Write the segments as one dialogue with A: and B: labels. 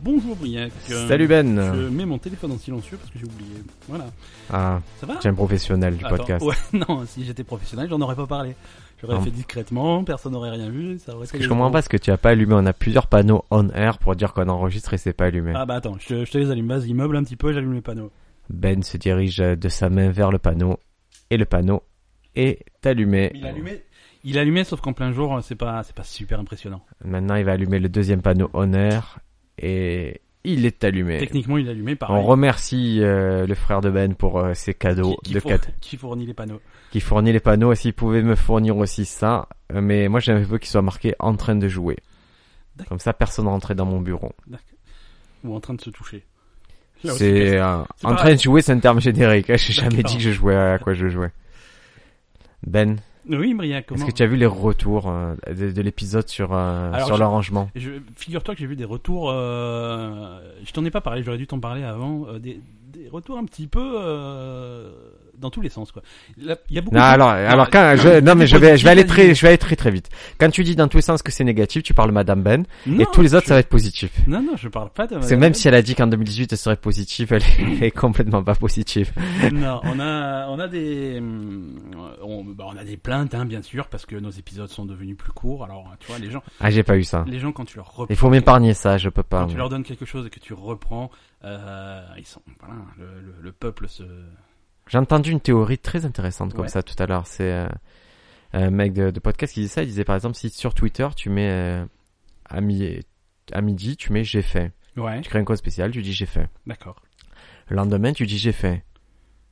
A: Bonjour Briac. Euh,
B: Salut Ben.
A: Je mets mon téléphone en silencieux parce que j'ai oublié. Voilà.
B: Ah,
A: Ça va
B: tu es un professionnel du
A: Attends,
B: podcast.
A: Ouais, non, si j'étais professionnel, j'en aurais pas parlé. J'aurais
B: Non.
A: fait discrètement, personne n'aurait rien vu. Ça aurait
B: Parce que je comprends pas ce que tu as pas allumé. On a plusieurs panneaux on air pour dire qu'on enregistre et c'est pas allumé.
A: Ah bah attends, je, je te les allume. Vas-y, meuble un petit peu, j'allume les panneaux.
B: Ben se dirige euh, de sa main vers le panneau et le panneau est allumé.
A: Il allumait. Il allumait, sauf qu'en plein jour, c'est pas, c'est pas super impressionnant.
B: Maintenant, il va allumer le deuxième panneau on air et il est allumé.
A: Techniquement, il allumait, pareil.
B: On remercie euh, le frère de Ben pour euh, ses cadeaux
A: qui, qui
B: de
A: four-
B: cadeaux.
A: qui fournit les panneaux.
B: qui fournit les panneaux et s'il pouvait me fournir aussi ça. euh, Mais moi j'aimerais peu qu'il soit marqué en train de jouer.
A: D'accord.
B: Comme ça personne rentrait dans mon bureau.
A: Ou en train de se toucher. Là aussi,
B: C'est
A: personne-
B: euh,
A: c'est
B: en
A: pas-
B: train de jouer, c'est un terme générique. hein, J'ai jamais
A: D'accord.
B: dit que je jouais à quoi je jouais. Ben,
A: Oui, Briac, comment
B: est-ce que tu as vu les retours euh, de, de l'épisode sur euh,
A: Alors,
B: sur
A: je-
B: l'arrangement
A: Je, figure-toi que j'ai vu des retours. euh, je t'en ai pas parlé, j'aurais dû t'en parler avant. euh, des, des retours un petit peu euh, dans tous les sens, quoi. Là, Il y a beaucoup.
B: Non,
A: de-
B: alors, alors quand je, non mais je vais, je vais aller très, je vais aller très très vite. Quand tu dis dans tous les sens que c'est négatif, tu parles Madame Ben
A: Non,
B: et tous les autres
A: je-
B: ça va être positif.
A: Non, non, je parle pas de.
B: C'est même si elle a dit qu'en 2018 elle serait positive, elle est- elle est complètement pas positive.
A: Non, on a, on a des, hum, on, bah, on a des plaintes, hein, bien sûr, parce que nos épisodes sont devenus plus courts. Alors, tu vois, les gens,
B: Ah j'ai pas eu ça.
A: les gens quand tu leur reprends.
B: Il faut m'épargner ça, je peux
A: Quand
B: pas.
A: tu
B: moi.
A: leur donnes quelque chose et que tu reprends, euh, ils sont, voilà, le, le- le peuple se.
B: J'ai entendu une théorie très intéressante comme
A: Ouais.
B: ça tout à l'heure. C'est euh, un mec de, de podcast qui disait ça. Il disait par exemple si sur Twitter tu mets euh, à, mi- à midi tu mets j'ai fait.
A: Ouais,
B: Tu crées un code spécial, tu dis j'ai fait.
A: d'accord.
B: Le lendemain tu dis j'ai fait.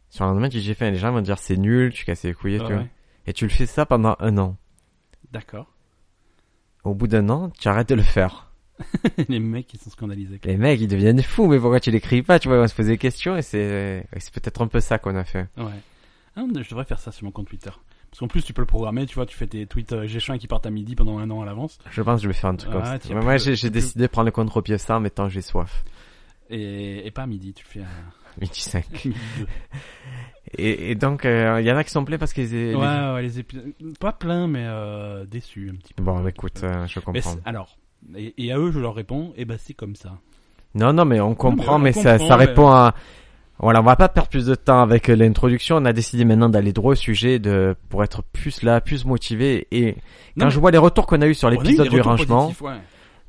B: Sur le lendemain tu dis j'ai fait. Et les gens vont te dire c'est nul, tu casses les couilles et
A: Ouais,
B: tout.
A: Ah ouais,
B: Et tu le fais ça pendant un an.
A: d'accord.
B: Au bout d'un an tu arrêtes de le faire.
A: les mecs qui sont scandalisés.
B: Les mecs ils deviennent fous. Mais pourquoi tu l'écris pas Tu vois ils vont se poser des questions et c'est et c'est peut-être un peu ça qu'on a fait.
A: Ouais. Ah, mais je devrais faire ça sur mon compte Twitter. Parce qu'en plus, tu peux le programmer, tu vois, tu fais tes tweets euh, G1 qui partent à midi pendant un an à l'avance.
B: Je pense que je vais faire un truc
A: Ah,
B: comme ça.
A: tiens,
B: Mais moi,
A: plus-
B: j'ai j'ai
A: plus-
B: décidé de prendre le contre-pied ça en mettant j'ai soif.
A: Et, et pas à midi, tu le fais à
B: Midi 5.
A: midi deux.
B: Et, et donc, euh, il y en a qui sont plaints parce qu'ils...
A: ouais,
B: les-
A: ouais, les épisodes. Pas plein, mais euh, déçus un petit peu.
B: Bon, bah, écoute, euh, je
A: Mais
B: comprends.
A: c'est- alors, et, et à eux, je leur réponds, et eh ben c'est comme ça.
B: Non, non, mais on comprend,
A: on
B: mais, ça,
A: comprend,
B: ça
A: mais-
B: répond à... Voilà, on va pas perdre plus de temps avec euh, l'introduction. On a décidé maintenant d'aller droit au sujet de pour être plus là, plus motivé. Et quand
A: Non,
B: je vois les retours qu'on a eu sur
A: On a eu
B: l'épisode
A: des
B: du
A: retours
B: rangement,
A: positifs, ouais.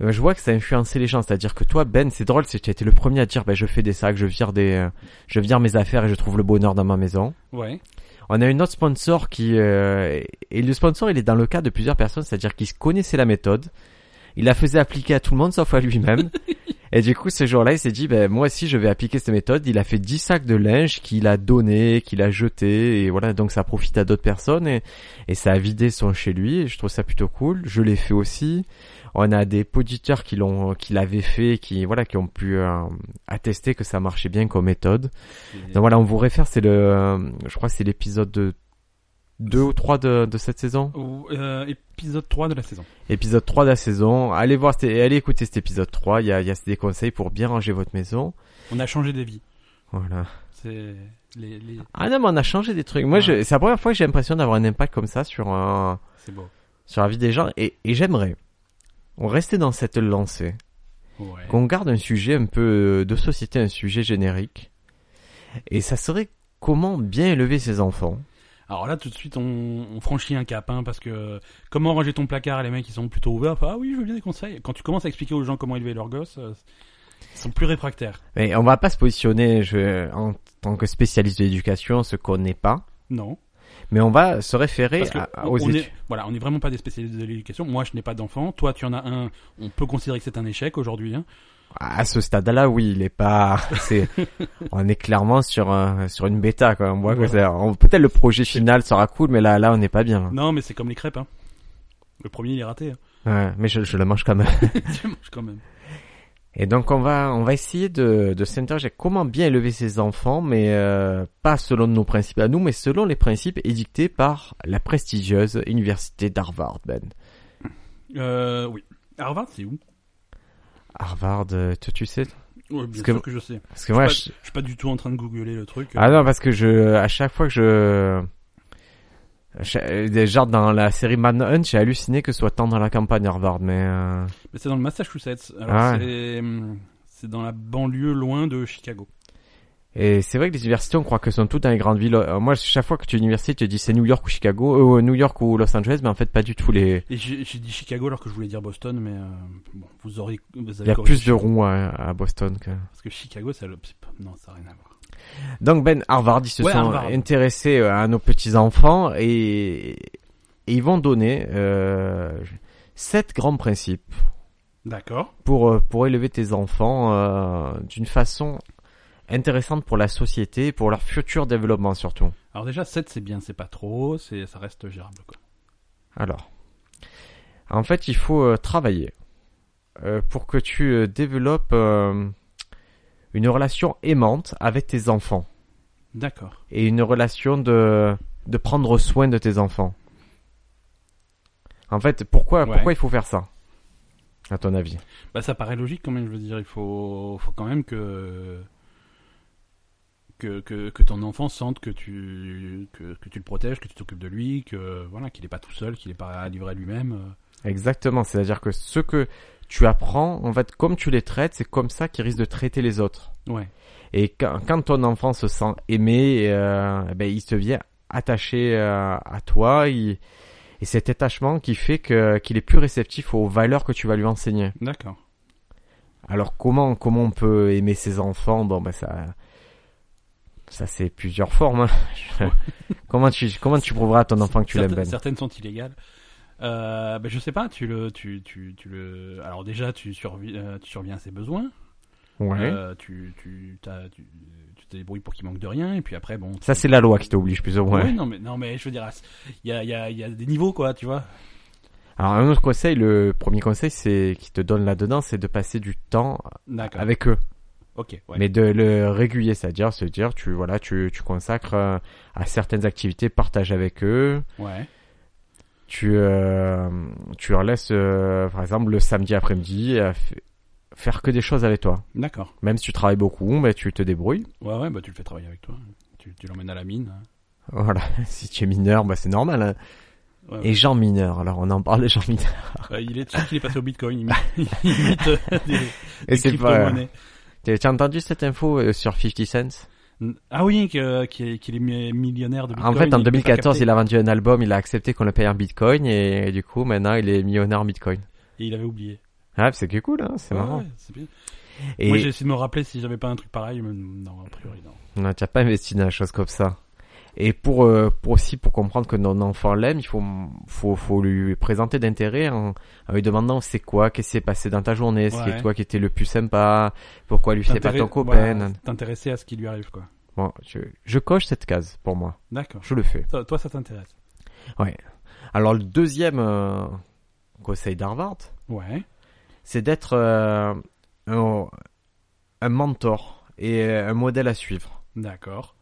B: euh, je vois que ça a influencé les gens. C'est-à-dire que toi, Ben, c'est drôle, c'est que tu as été le premier à dire, ben, je fais des sacs, je vire des, euh, je vire mes affaires et je trouve le bonheur dans ma maison.
A: Ouais.
B: On a une autre sponsor qui euh, et le sponsor il est dans le cas de plusieurs personnes, c'est-à-dire qu'il connaissait la méthode, il la faisait appliquer à tout le monde sauf à lui-même. et du coup ce jour-là il s'est dit ben moi aussi je vais appliquer cette méthode. Il a fait 10 sacs de linge qu'il a donné, qu'il a jeté et voilà donc ça profite à d'autres personnes et, et ça a vidé son chez lui. Et je trouve ça plutôt cool. Je l'ai fait aussi. On a des auditeurs qui l'ont qui l'avaient fait, qui voilà qui ont pu euh, attester que ça marchait bien comme méthode.
A: Et-
B: Donc voilà, on vous réfère, c'est le, euh, je crois que c'est l'épisode 2 ou 3 de, de cette saison.
A: Ou, euh, épisode 3 de la saison.
B: Épisode 3 de la saison. Allez voir, c'était- allez écouter cet épisode 3. Il y a, il y a des conseils pour bien ranger votre maison.
A: On a changé des vies.
B: Voilà.
A: C'est les, les...
B: Ah non, mais on a changé des trucs. Moi, je- c'est la première fois que j'ai l'impression d'avoir un impact comme ça sur, un-
A: C'est beau.
B: sur la vie des gens. Et, et j'aimerais, on restait dans cette lancée,
A: Ouais.
B: qu'on garde un sujet un peu de société, un sujet générique. Et ça serait comment bien élever ses enfants.
A: Alors là, tout de suite, on, on franchit un cap, hein, parce que comment ranger ton placard, les mecs, ils sont plutôt ouverts. enfin, ah oui, je veux bien des conseils. Quand tu commences à expliquer aux gens comment élever leurs gosses, euh, ils sont plus réfractaires.
B: Mais on va pas se positionner je, en tant que spécialiste de l'éducation, ce qu'on n'est pas.
A: Non.
B: Mais on va se référer
A: Parce que
B: à-
A: on,
B: aux
A: on
B: études.
A: est, voilà, on n'est vraiment pas des spécialistes de l'éducation. Moi, je n'ai pas d'enfant. Toi, tu en as un. On peut considérer que c'est un échec aujourd'hui. Hein.
B: À ce stade-là, oui, il est pas. C'est. on est clairement sur un, sur une bêta. Quoi. On voit que
A: Voilà.
B: ça- on- peut-être le projet final sera cool, mais là, là, on n'est pas bien.
A: Non, mais c'est comme les crêpes. Hein. Le premier, il est raté. hein.
B: Ouais, mais je, je le mange quand même.
A: tu manges quand même.
B: Et donc on va, on va essayer de, de s'interroger comment bien élever ses enfants, mais euh, pas selon nos principes à nous, mais selon les principes édictés par la prestigieuse université d'Harvard. Ben.
A: Euh, oui. Harvard, c'est où
B: Harvard, euh, toi, tu sais.
A: Oui, bien
B: que-
A: sûr que je sais.
B: Parce que moi,
A: pas-
B: je-
A: Je suis pas du tout en train de googler le truc. euh.
B: Ah non, parce que je, à chaque fois que je, je- déjà dans la série Manhunt, j'ai halluciné que ce soit tant dans la campagne Harvard, mais euh,
A: Mais c'est dans le Massachusetts. Alors
B: Ah ouais.
A: c'est hum, C'est dans la banlieue loin de Chicago.
B: Et c'est vrai que les universités, on croit que sont toutes dans les grandes villes. Euh, Moi, chaque fois que tu es université, tu te dis c'est New York ou Chicago, euh, New York ou Los Angeles, mais en fait, pas du tout. Les...
A: Et j'ai j'ai dit Chicago alors que je voulais dire Boston, mais euh, bon, vous aurez. Vous
B: Il y a
A: corrigé.
B: plus de ronds à, à Boston. Que...
A: Parce que Chicago, ça le. c'est pas- Non, ça n'a rien à voir.
B: Donc, Ben, Harvard, ils se
A: Ouais,
B: sont
A: Harvard.
B: intéressés euh, à nos petits-enfants et... et ils vont donner euh, sept grands principes.
A: D'accord.
B: pour, euh, pour élever tes enfants euh, d'une façon intéressante pour la société et pour leur futur développement surtout.
A: Alors déjà, 7 c'est bien, c'est pas trop, c'est ça reste gérable quoi.
B: Alors, en fait, il faut euh, travailler euh, pour que tu euh, développes euh, une relation aimante avec tes enfants
A: D'accord.
B: et une relation de, de prendre soin de tes enfants. En fait, pourquoi,
A: Ouais.
B: pourquoi il faut faire ça à ton avis
A: Bah ça paraît logique quand même, je veux dire, il faut, faut quand même que, que, que, que ton enfant sente que tu, que, que tu le protèges, que tu t'occupes de lui, que voilà, qu'il n'est pas tout seul, qu'il n'est pas livré à lui-même.
B: Exactement, c'est-à-dire que ce que tu apprends, en fait, comme tu les traites, c'est comme ça qu'ils risquent de traiter les autres.
A: euh. Ouais,
B: Et quand, quand ton enfant se sent aimé, euh, eh ben, il se vient attaché euh, à toi, il- et cet attachement qui fait que qu'il est plus réceptif aux valeurs que tu vas lui enseigner.
A: d'accord.
B: Alors comment comment on peut aimer ses enfants Bon, ben ça, ça c'est plusieurs formes. hein. Je- comment tu comment tu prouveras à ton enfant que tu l'aimes
A: Certaines-
B: Ben
A: Certaines sont illégales. Euh, bah, je sais pas, tu le, tu, tu, tu le. Alors déjà, tu, survis, euh, tu surviens à ses besoins.
B: Ouais.
A: Euh, tu, tu, t'as- tu, tu te débrouilles pour qu'il manque de rien. Et puis après, bon,
B: Ça c'est la loi qui t'oblige plus ou moins.
A: Oui, non, mais, non, mais je veux dire, il y a, il y, a, il y a des niveaux, quoi, tu vois.
B: Alors un autre conseil, le premier conseil, c'est qui te donne là-dedans, c'est de passer du temps
A: D'accord.
B: avec eux,
A: Ok, ouais.
B: mais de le régulier, c'est-à-dire se dire tu voilà, tu tu consacres euh, à certaines activités, partage avec eux,
A: ouais.
B: tu euh, tu leur laisses euh, par exemple le samedi après-midi euh, f- faire que des choses avec toi,
A: D'accord.
B: même si tu travailles beaucoup, mais tu te débrouilles.
A: Ouais, ouais, bah tu le fais travailler avec toi. Tu, tu l'emmènes à la mine.
B: Voilà, si tu es mineur, bah c'est normal. hein.
A: Ouais, ouais.
B: Et Jean mineur, alors on en parle de Jean mineur.
A: Euh, il est sûr qu'il est passé au bitcoin. Il imite, il imite, euh, des,
B: Et
A: des
B: c'est pas. euh,
A: crypto-monnaies.
B: T'as t'as entendu cette info euh, sur 50 Cent
A: Ah oui, que- qu'il est, qu'il est mi- millionnaire de bitcoin.
B: En fait, en
A: il peut pas
B: 2014,
A: capter.
B: il a vendu un album, il a accepté qu'on le paye en bitcoin, et, du coup, maintenant, il est millionnaire en bitcoin.
A: Et il avait oublié.
B: Ah, c'est que cool, hein, c'est
A: Ouais,
B: marrant.
A: ouais, c'est bien.
B: Et
A: Moi, j'ai essayé de me rappeler si j'avais pas un truc pareil, mais non, a priori, non.
B: non, t'as pas investi dans des choses comme ça. Et pour, euh, pour aussi, pour comprendre que nos enfants l'aiment, il faut, faut, faut lui présenter d'intérêt en, en lui demandant c'est quoi, qu'est-ce qui s'est passé dans ta journée, ce qui
A: Ouais.
B: est toi qui était le plus sympa, pourquoi lui c'est pas
A: T'intéresser-
B: ton copain.
A: voilà, T'intéresser à ce qui lui arrive, quoi.
B: Bon, je, je coche cette case pour moi.
A: D'accord.
B: Je le fais.
A: Toi, toi, ça t'intéresse.
B: Alors, le deuxième euh, conseil d'Harvard,
A: Ouais.
B: c'est d'être euh, un, un mentor et euh, un modèle à suivre.
A: D'accord.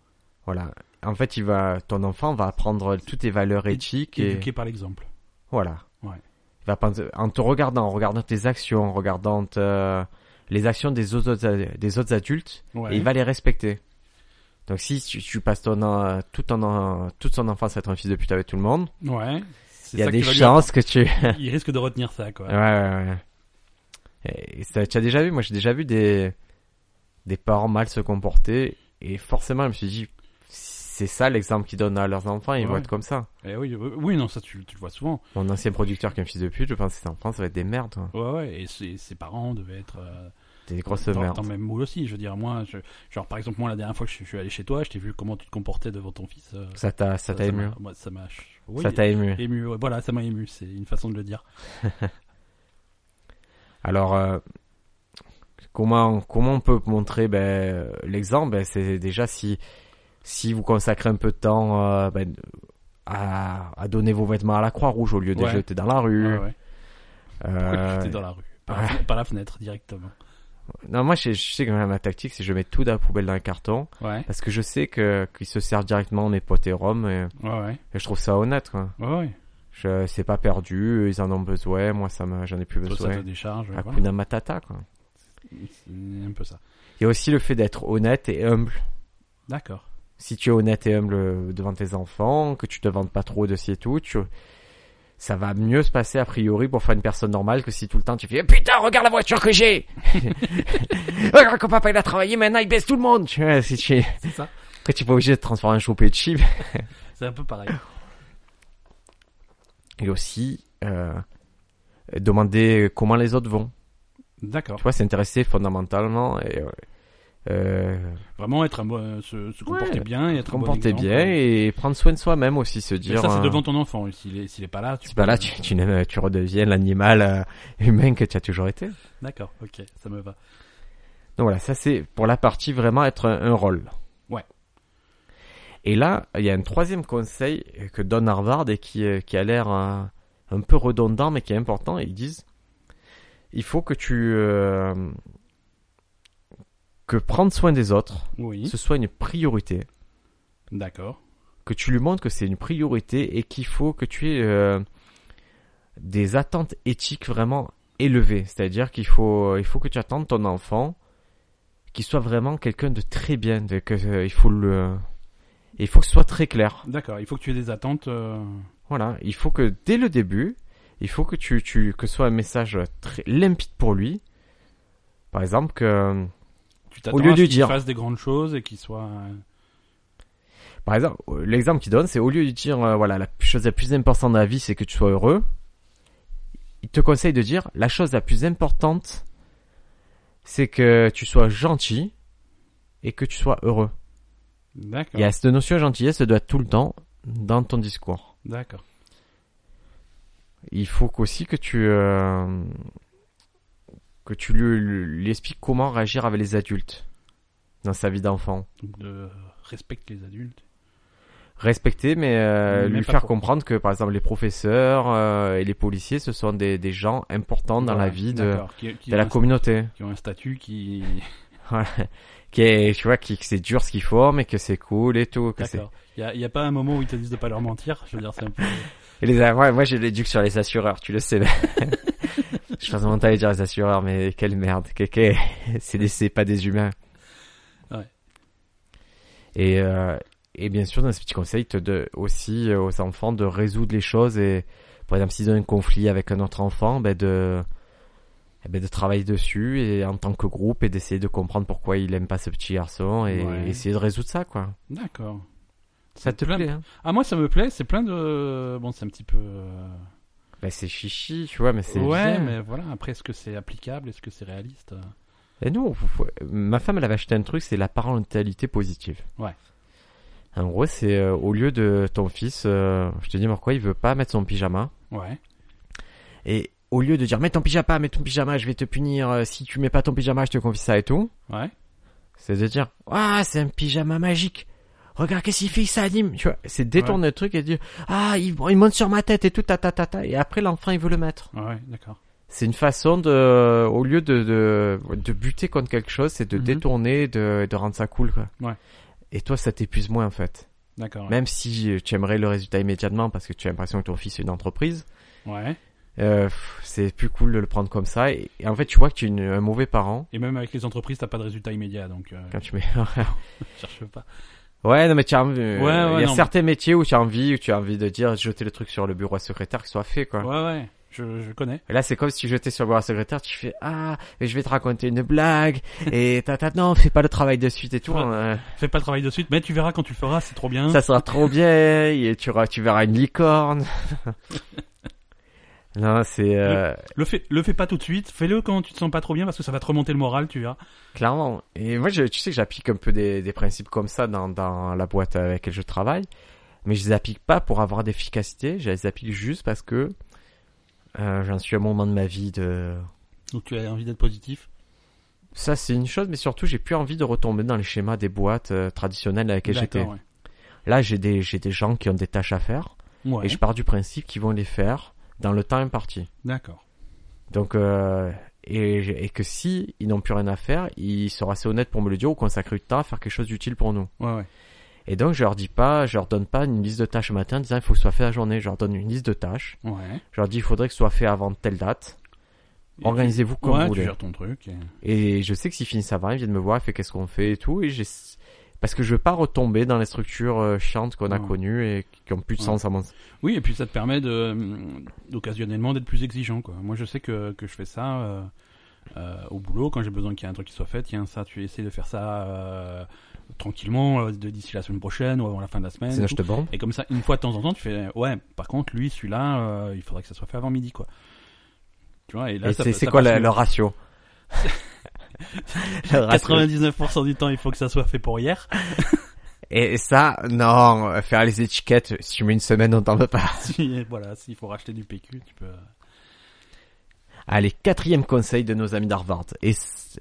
B: Voilà. En fait, il va, ton enfant va apprendre toutes tes valeurs éthiques et
A: Éduqué par l'exemple.
B: voilà.
A: Ouais.
B: Il va apprendre- en te regardant, en regardant tes actions, en regardant euh, les actions des autres des autres adultes,
A: Ouais.
B: et il va les respecter. Donc si tu, tu passes ton en- tout ton en- toute son enfance à être un fils de pute avec tout le monde,
A: Ouais. C'est
B: il y a
A: ça
B: des
A: qui va lui
B: chances que tu
A: apprendre. Il risque de retenir ça, quoi.
B: Ouais, ouais, ouais. Et ça, tu as déjà vu, moi j'ai déjà vu des, des parents mal se comporter et forcément je me suis dit, c'est ça l'exemple qu'ils donnent à leurs enfants, ils
A: Ouais.
B: vont être comme ça.
A: Eh oui, euh, oui, non, ça tu, tu le vois souvent.
B: Mon ancien producteur qui est un fils de pute, je pense que ses enfants ça va être des merdes, quoi.
A: Ouais, ouais. Et ses, ses parents devaient être euh,
B: des grosses
A: dans,
B: merdes.
A: dans le même moule aussi. Je veux dire, moi, je- genre par exemple, moi la dernière fois que je, je suis allé chez toi, je t'ai vu comment tu te comportais devant ton fils. euh,
B: Ça t'a, ça t'a ému. hein.
A: m'a- Moi, ça m'a. oui,
B: ça t'a ému.
A: ému. ouais, Voilà, ça m'a ému. C'est une façon de le dire.
B: Alors, euh, comment, comment on peut montrer ben, l'exemple ben, C'est déjà si, si vous consacrez un peu de temps euh, ben, à, à donner vos vêtements à la Croix-Rouge au lieu de les
A: Ouais.
B: jeter dans la rue.
A: Ouais, ouais. Pourquoi
B: Euh,
A: tu étais dans la rue par, la fenêtre- par la fenêtre directement.
B: Non, moi, je, je sais que ma ma tactique, c'est je mets tout dans la poubelle dans un carton,
A: Ouais.
B: parce que je sais que qu'ils se servent directement mes potes et Rome, et,
A: Ouais, ouais.
B: et je trouve ça honnête, quoi.
A: Ouais, ouais.
B: Je, c'est pas perdu, ils en ont besoin, moi, ça m'a, j'en ai plus
A: Toi, ça te
B: besoin.
A: décharge. ouais, voilà.
B: Hakuna Matata, quoi.
A: C'est un peu ça.
B: Il y a aussi le fait d'être honnête et humble.
A: D'accord.
B: euh, Si tu es honnête et humble devant tes enfants, que tu te vantes pas trop de ci et tout, tu, ça va mieux se passer a priori pour faire une personne normale que si tout le temps tu fais Eh, putain regarde la voiture que j'ai regarde que papa il a travaillé maintenant il baisse tout le monde tu vois si tu
A: C'est ça.
B: après tu es pas obligé de transformer un chopé de chip
A: C'est un peu pareil.
B: et aussi euh, demander comment les autres vont
A: D'accord.
B: tu vois s'intéresser fondamentalement et euh, euh,
A: Vraiment être un bon, euh, se, se comporter
B: Ouais,
A: bien et être
B: se
A: un bon
B: comporter
A: exemple. hein.
B: bien et prendre soin de soi-même aussi se
A: Mais
B: dire
A: ça, c'est
B: euh,
A: devant ton enfant. S'il est, s'il est pas là, tu
B: c'est pas
A: peux-
B: là tu, tu, n'aimes- tu redeviens l'animal euh, humain que tu as toujours été
A: D'accord, ok, ça me va.
B: Donc voilà, ça c'est pour la partie vraiment être un, un rôle.
A: Ouais.
B: Et là, il y a un troisième conseil que donne Harvard et qui, euh, qui a l'air euh, un peu redondant mais qui est important. Ils disent, il faut que tu... euh, que prendre soin des autres,
A: Oui,
B: ce soit une priorité
A: d'accord.
B: que tu lui montres que c'est une priorité et qu'il faut que tu aies euh, des attentes éthiques vraiment élevées. C'est-à-dire qu'il faut, euh, il faut que tu attendes ton enfant qu'il soit vraiment quelqu'un de très bien. De, que, euh, il faut le, il faut que ce soit très clair.
A: D'accord, il faut que tu aies des attentes. euh,
B: Voilà. Il faut que dès le début, il faut que tu, tu que ce soit un message très limpide pour lui. Par exemple que
A: Tu t'attends
B: Au lieu
A: à
B: de
A: ce qu'il
B: dire-
A: fasse des grandes choses et qu'il soit. euh,
B: Par exemple, euh, l'exemple qu'il donne, c'est au lieu de dire, euh, voilà, la chose la plus importante dans la vie, c'est que tu sois heureux, il te conseille de dire, la chose la plus importante, c'est que tu sois gentil et que tu sois heureux.
A: D'accord.
B: Il y a cette notion de gentillesse, ça doit être tout le temps dans ton discours.
A: D'accord.
B: Il faut aussi que tu, euh, que tu lui, lui- lui expliques comment réagir avec les adultes dans sa vie d'enfant.
A: Donc, de respecte les adultes.
B: respecter, mais euh,
A: Mais
B: lui
A: pas
B: faire
A: trop.
B: comprendre que, par exemple, les professeurs euh, et les policiers, ce sont des, des gens importants dans
A: Voilà,
B: la vie de,
A: d'accord, qui, qui
B: de
A: ont
B: la
A: un-
B: communauté.
A: qui ont un statut qui.
B: Voilà. qui est, tu vois, qui, que c'est dur ce qu'ils font, mais que c'est cool et tout. Que c'est...
A: D'accord. Il n'y a, y a pas un moment où ils te disent de pas leur mentir. Je veux dire, c'est un peu.
B: Et les, ouais, moi, j'ai l'éduque sur les assureurs, tu le sais. Je pense mental à dire les assureurs, mais quelle merde. que- que- c'est, des, c'est pas des humains.
A: Ouais.
B: Et, euh, et bien sûr, dans ce petit conseil, il te de, aussi euh, aux enfants de résoudre les choses. Et par exemple, s'ils ont un conflit avec un autre enfant, ben de, eh ben de travailler dessus et en tant que groupe et d'essayer de comprendre pourquoi il aime pas ce petit garçon et
A: Ouais.
B: essayer de résoudre ça, quoi.
A: D'accord.
B: Ça te
A: Plein de-
B: plaît, hein
A: Ah, moi, ça me plaît. C'est plein de. Bon, c'est un petit peu. euh,
B: Ben, c'est chichi, tu vois, mais c'est
A: Ouais,
B: bien.
A: mais voilà. Après, est-ce que c'est applicable Est-ce que c'est réaliste euh
B: Et nous, faut- faut- ma femme, elle avait acheté un truc, c'est la parentalité positive.
A: Ouais.
B: En gros, c'est euh, au lieu de ton fils, euh, je te dis pourquoi il veut pas mettre son pyjama.
A: Ouais.
B: Et au lieu de dire mets ton pyjama, mets ton pyjama, je vais te punir, euh, si tu mets pas ton pyjama, je te confie ça et tout,
A: Ouais.
B: c'est de dire ah c'est un pyjama magique. Regarde qu'est-ce qu'il fait, ça anime. Tu vois, c'est détourner le truc et dire ah il, il monte sur ma tête et tout ta ta ta ta. Et après l'enfant il veut le mettre.
A: Ouais, d'accord.
B: C'est une façon de, au lieu de, de, de buter contre quelque chose, c'est de
A: Mhm.
B: détourner, de, de rendre ça cool, quoi.
A: Ouais.
B: Et toi, ça t'épuise moins, en fait.
A: D'accord.
B: Même si euh, tu aimerais le résultat immédiatement parce que tu as l'impression que ton fils est une entreprise,
A: Ouais.
B: euh, pff, c'est plus cool de le prendre comme ça. Et, et en fait, tu vois que tu es une- un mauvais parent
A: Et même avec les entreprises, t'as pas de résultat immédiat, donc euh,
B: quand tu mets.
A: cherche pas.
B: ouais, non, mais tu as envie. euh,
A: Ouais, ouais,
B: il y a
A: non.
B: certains métiers où tu as envie, où tu as envie de dire, jeter le truc sur le bureau à secrétaire, que ce soit fait, quoi.
A: Ouais, ouais. Je, je connais.
B: Et Là, c'est comme si tu jetais sur le bureau à secrétaire, tu fais ah, mais je vais te raconter une blague et ta ta non, fais pas le travail de suite et tout.
A: Ouais. Hein
B: hein.
A: Fais pas le travail de suite, mais tu verras quand tu le feras, c'est trop bien.
B: Ça sera trop bien et tu auras- tu verras une licorne. non, c'est euh,
A: Le fais, le fais pas tout de suite. Fais-le quand tu te sens pas trop bien, parce que ça va te remonter le moral, tu verras.
B: clairement. Et moi, je, tu sais que j'applique un peu des, des principes comme ça dans dans la boîte avec laquelle je travaille, mais je les applique pas pour avoir d'efficacité. Je les applique juste parce que euh, j'en suis à un moment de ma vie de
A: Donc tu as envie d'être positif.
B: Ça, c'est une chose, mais surtout, j'ai plus envie de retomber dans les schémas des boîtes euh, traditionnelles avec lesquelles j'étais.
A: D'accord, ouais.
B: Là, j'ai des, j'ai des gens qui ont des tâches à faire,
A: Ouais,
B: et je pars du principe qu'ils vont les faire dans le temps imparti.
A: D'accord.
B: Donc, euh, et, et que si ils n'ont plus rien à faire, ils seront assez honnêtes pour me le dire ou consacrer du temps à faire quelque chose d'utile pour nous.
A: Ouais, ouais.
B: Et donc, je leur dis pas, je leur donne pas une liste de tâches le matin en disant il faut que ce soit fait la journée. Je leur donne une liste de tâches.
A: Ouais.
B: Je leur dis il faudrait que ce soit fait avant telle date.
A: Et
B: Organisez-vous
A: tu...
B: comme
A: Ouais,
B: vous
A: tu
B: voulez.
A: gères ton truc. et-
B: Et je sais que s'ils finissent avant, ils viennent me voir, ils font qu'est-ce qu'on fait et tout. Et j'ai- parce que je veux pas retomber dans les structures euh, chiantes qu'on a
A: Ouais.
B: connues et qui ont plus de
A: Ouais.
B: sens à mon sens.
A: Oui, et puis ça te permet de, d'occasionnellement d'être plus exigeant. Quoi. Moi, je sais que, que je fais ça euh, euh, au boulot quand j'ai besoin qu'il y ait un truc qui soit fait. Tiens, ça, tu essaies de faire ça euh, tranquillement euh, de- d'ici la semaine prochaine ou avant la fin de la semaine.
B: Sinon
A: et
B: je
A: tout.
B: te bande.
A: Et comme ça, une fois de temps en temps, tu fais ouais. Par contre, lui, celui-là, euh, il faudrait que ça soit fait avant midi, quoi. Tu vois Et là,
B: Et
A: ça
B: c'est
A: peut-
B: c'est
A: ça
B: quoi la-
A: passe
B: le ratio Le ratio.
A: 99% du temps, il faut que ça soit fait pour hier.
B: Et ça, non, euh, faire les étiquettes, si tu mets une semaine, on t'en veut pas.
A: Si, voilà, s'il faut racheter du PQ, tu peux. euh,
B: Allez, quatrième conseil de nos amis d'Harvard. Et, c'est-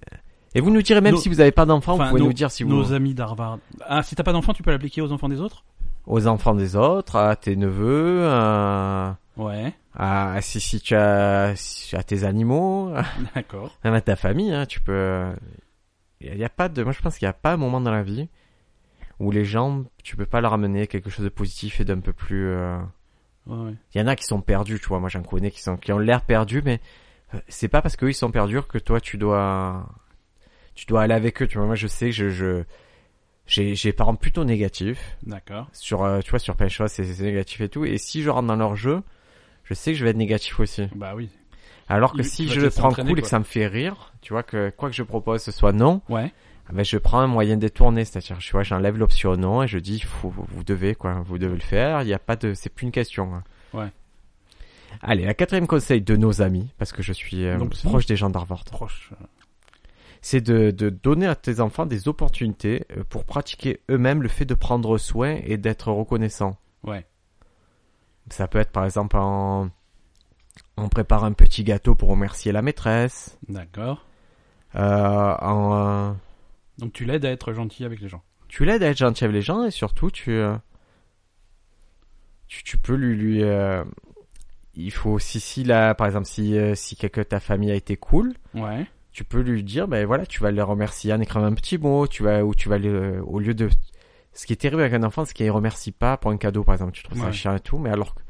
B: et vous nous direz même
A: Nos-
B: si vous n'avez pas d'enfants,
A: Enfin,
B: vous pouvez
A: nos-
B: nous dire si vous...
A: Nos amis d'Harvard. Ah, si t'as pas d'enfant, tu peux l'appliquer aux enfants des autres
B: aux enfants des autres, à tes neveux, à,
A: Ouais,
B: à- si, si tu as si- à tes animaux,
A: d'accord.
B: même à ta famille, hein, tu peux. Il y a pas de, moi je pense qu'il n'y a pas un moment dans la vie où les gens, tu peux pas leur amener quelque chose de positif et d'un peu plus. euh,
A: Ouais, ouais.
B: Il y en a qui sont perdus, tu vois. Moi j'en connais qui sont qui ont l'air perdus, mais euh, c'est pas parce qu'eux ils sont perdus que toi tu dois tu dois aller avec eux. Tu vois, moi je sais que je je j'ai j'ai parents plutôt négatifs
A: D'accord.
B: sur euh, tu vois sur plein de choses c'est c'est négatif et tout et si je rentre dans leur jeu je sais que je vais être négatif aussi
A: Bah oui.
B: alors que
A: Tu-
B: si
A: tu vas
B: je
A: te
B: le
A: laisser
B: prends cool
A: entraîner,
B: et que
A: quoi.
B: ça me fait rire tu vois que quoi que je propose ce soit non
A: Ouais.
B: ah ben je prends un moyen détourné c'est-à-dire tu vois j'enlève l'option non et je dis faut, vous devez quoi vous devez le faire il y a pas de c'est plus une question hein.
A: Ouais.
B: allez la quatrième conseil de nos amis parce que je suis euh,
A: Donc, si.
B: proche des gens d'Harvard
A: Proche.
B: c'est de, de donner à tes enfants des opportunités euh, pour pratiquer eux-mêmes le fait de prendre soin et d'être reconnaissant
A: Ouais.
B: Ça peut être par exemple en... On prépare un petit gâteau pour remercier la maîtresse.
A: D'accord.
B: Euh, en, euh,
A: Donc tu l'aides à être gentil avec les gens.
B: Tu l'aides à être gentil avec les gens et surtout tu... euh, Tu, tu peux lui... lui euh, Il faut aussi si là, par exemple, si, euh, si quelqu'un de ta famille a été cool,
A: Ouais.
B: tu peux lui dire, ben voilà, tu vas le remercier en écrivant un petit mot, tu vas, ou tu vas le, au lieu de, ce qui est terrible avec un enfant, c'est qu'il ne remercie pas pour un cadeau, par exemple, tu trouves ça
A: Ouais.
B: chiant et tout, mais alors que,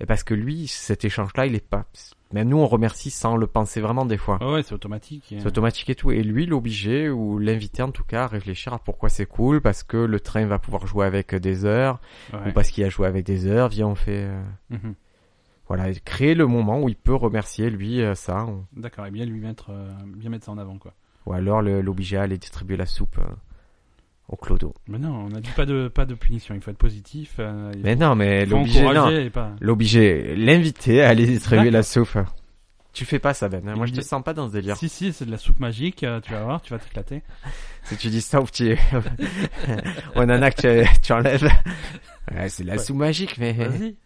B: et parce que lui, cet échange-là, il est pas, même nous, on remercie sans le penser vraiment des fois.
A: Ouais, ouais, c'est automatique. et-
B: C'est automatique et tout, et lui, l'obliger, ou l'inviter en tout cas à réfléchir à pourquoi c'est cool, parce que le train va pouvoir jouer avec euh, des heures,
A: Ouais.
B: ou parce qu'il a joué avec des heures, viens, on fait, euh,
A: Mhm.
B: voilà, et créer le moment où il peut remercier lui, euh, ça, on-
A: D'accord. Et bien lui mettre, euh, bien mettre ça en avant, quoi.
B: ou alors le- l'obliger à aller distribuer la soupe euh, au clodo.
A: Mais non, on a dit pas de, pas de punition. Il faut être positif. euh, il
B: Mais non, mais
A: faut
B: l'obliger, non.
A: encourager et pas.
B: L'obliger, l'inviter à aller distribuer
A: D'accord.
B: la soupe. Tu fais pas ça, Ben. hein. Moi, je te
A: Il-
B: sens pas dans ce délire.
A: Si, si, c'est de la soupe magique. euh, tu vas voir, tu vas t'éclater.
B: Si tu dis ça au petit... au nana que tu, tu enlèves. Ouais, c'est de la
A: Ouais.
B: soupe magique, mais...
A: Vas-y.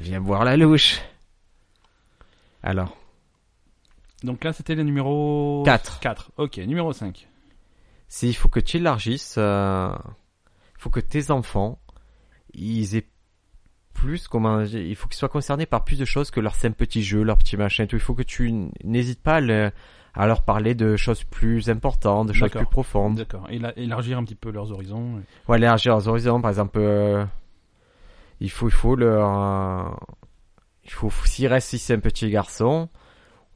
B: Viens boire la louche. Alors,
A: Donc là, c'était le numéro
B: Quatre.
A: 4. Ok, numéro 5.
B: s'il faut que tu élargisses, euh, faut que tes enfants, ils aient plus, comment dire, il faut qu'ils soient concernés par plus de choses que leurs simples petits jeux, leurs petits machins et tout. Il faut que tu n- n'hésites pas à, le- à leur parler de choses plus importantes, de choses
A: D'accord.
B: plus profondes.
A: D'accord. Et là, élargir un petit peu leurs horizons.
B: Ou élargir leurs horizons, par exemple, euh, il faut, il faut leur, euh, il faut, s'il reste, si c'est un petit garçon,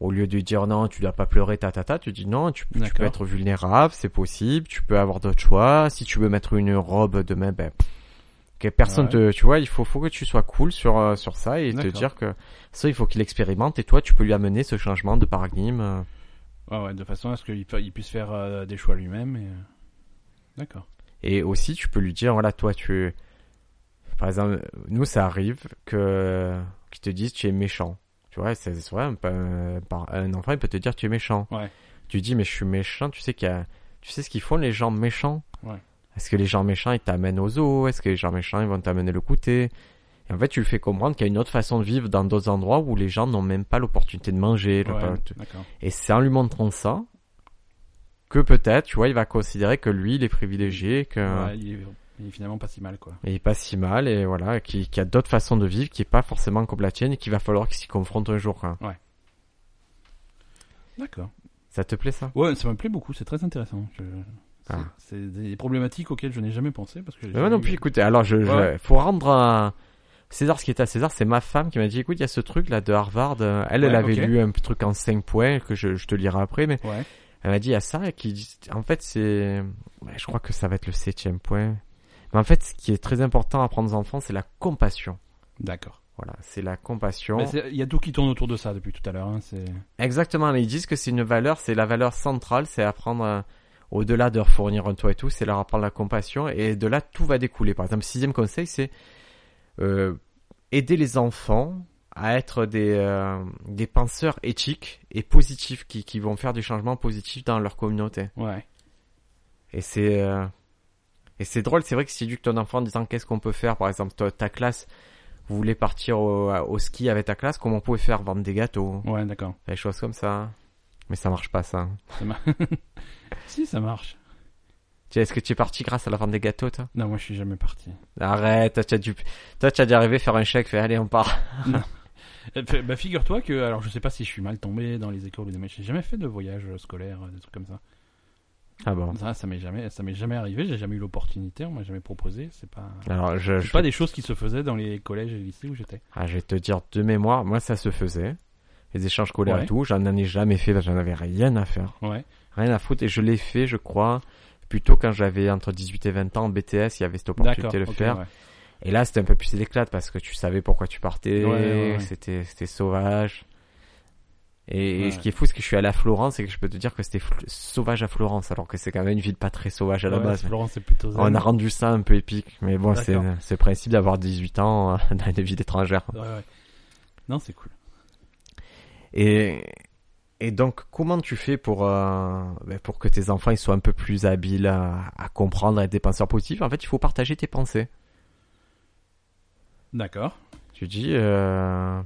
B: au lieu de dire non, tu dois pas pleurer, ta ta ta, tu dis non, tu, tu peux
A: D'accord.
B: être vulnérable, c'est possible, tu peux avoir d'autres choix, si tu veux mettre une robe demain, ben, pff, que personne
A: Ouais.
B: te, tu vois, il faut, faut que tu sois cool sur, euh, sur ça et te
A: D'accord.
B: dire que ça, il faut qu'il expérimente et toi, tu peux lui amener ce changement de paradigme. euh,
A: Ouais, Ah ouais, de façon à ce qu'il pu- il puisse faire euh, des choix lui-même. et, euh, D'accord.
B: Et aussi, tu peux lui dire, voilà, toi, tu... Par exemple, nous, ça arrive que qu'ils te disent tu es méchant. Tu vois, c'est c'est vrai, un, peu- un par- un enfant, il peut te dire tu es méchant.
A: Ouais.
B: Tu dis, mais je suis méchant, tu sais qu'il y a... Tu sais ce qu'ils font, les gens méchants
A: Ouais.
B: Est-ce que les gens méchants, ils t'amènent aux zoo Est-ce que les gens méchants, ils vont t'amener le goûter Et en fait, tu lui fais comprendre qu'il y a une autre façon de vivre dans d'autres endroits où les gens n'ont même pas l'opportunité de manger. le-
A: Ouais,
B: pas-
A: D'accord.
B: et c'est en lui montrant ça que peut-être, tu vois, il va considérer que lui, il est privilégié, que...
A: Ouais, il, est, il est finalement pas si mal, quoi.
B: Et pas si mal, et voilà, qui, qui a d'autres façons de vivre, qui est pas forcément comme la tienne, et qu'il va falloir qu'il s'y confronte un jour. hein. quoi.
A: D'accord.
B: Ça te plaît ça
A: Ouais, ça me plaît beaucoup, c'est très intéressant. Je- c'est-
B: Ah.
A: C'est des problématiques auxquelles je n'ai jamais pensé. Parce que j'ai
B: Mais moi non
A: jamais
B: plus,
A: eu-
B: écoute, alors je, je-
A: Ouais.
B: faut rendre un... César, ce qui est à César, c'est ma femme qui m'a dit, écoute, il y a ce truc là de Harvard, euh, elle, elle
A: Ouais,
B: avait
A: ok.
B: lu un petit truc en 5 points, que je, je te lirai après, mais
A: Ouais.
B: Elle m'a dit à ça et qui, dit- en fait, c'est, ouais, je crois que ça va être le septième point. Mais en fait, ce qui est très important à prendre aux enfants, c'est la compassion.
A: D'accord.
B: Voilà, c'est la compassion.
A: Mais c'est- Il y a tout qui tourne autour de ça depuis tout à l'heure. hein, c'est-
B: Exactement, ils disent que c'est une valeur, c'est la valeur centrale, c'est apprendre euh, au-delà de leur fournir un toit et tout, c'est leur apprendre la compassion et de là tout va découler. Par exemple, sixième conseil, c'est euh, aider les enfants à être des, euh, des penseurs éthiques et positifs qui, qui vont faire du changement positif dans leur communauté.
A: Ouais.
B: Et c'est euh, et c'est drôle, c'est vrai que si tu éduques ton enfant en disant qu'est-ce qu'on peut faire, par exemple, toi, ta classe, vous voulez partir au, au ski avec ta classe, comment on pouvait faire vendre des gâteaux
A: Ouais, d'accord.
B: des choses comme ça. hein. Mais ça marche pas, ça.
A: Si, ça marche.
B: Tu- Est-ce que tu es parti grâce à la vente des gâteaux, toi
A: Non, moi, je suis jamais parti.
B: Arrête, toi, tu as dû, toi, tu as dû arriver faire un chèque, fais allez, on part.
A: Eh, fait- Bah, figure-toi que, alors, je sais pas si je suis mal tombé dans les écoles ou des machins. J'ai jamais fait de voyage euh, scolaire, euh, des trucs comme ça.
B: Ah bon.
A: Ça, ça m'est jamais, ça m'est jamais arrivé. J'ai jamais eu l'opportunité. On m'a jamais proposé. C'est pas,
B: Alors, je,
A: c'est
B: je-
A: pas des choses qui se faisaient dans les collèges et les lycées où j'étais.
B: ah, je vais te dire de mémoire, moi, ça se faisait. Les échanges scolaires
A: Ouais.
B: et tout, j'en en ai jamais fait, parce que j'en avais rien à faire.
A: Ouais.
B: Rien à foutre, et je l'ai fait, je crois, plutôt quand j'avais entre 18 et 20 ans en BTS, il y avait cette opportunité
A: D'accord.
B: de le
A: ok,
B: faire.
A: ouais.
B: Et là, c'était un peu plus l'éclate parce que tu savais pourquoi tu partais,
A: Ouais, ouais, ouais.
B: c'était c'était sauvage. Et, et
A: Ouais.
B: ce qui est fou, c'est que je suis allé à Florence et que je peux te dire que c'était fl- sauvage à Florence, alors que c'est quand même une ville pas très sauvage à la
A: Ouais,
B: base.
A: Florence, c'est plutôt. zen.
B: On a rendu ça un peu épique, mais bon, c'est
A: D'accord.
B: c'est le principe d'avoir 18 ans euh, dans une ville étrangère.
A: Ouais, ouais. Non, c'est cool.
B: Et, et donc, comment tu fais pour, euh, ben, pour que tes enfants ils soient un peu plus habiles à, à comprendre, à être des penseurs positifs En fait, il faut partager tes pensées.
A: D'accord.
B: Tu dis, euh,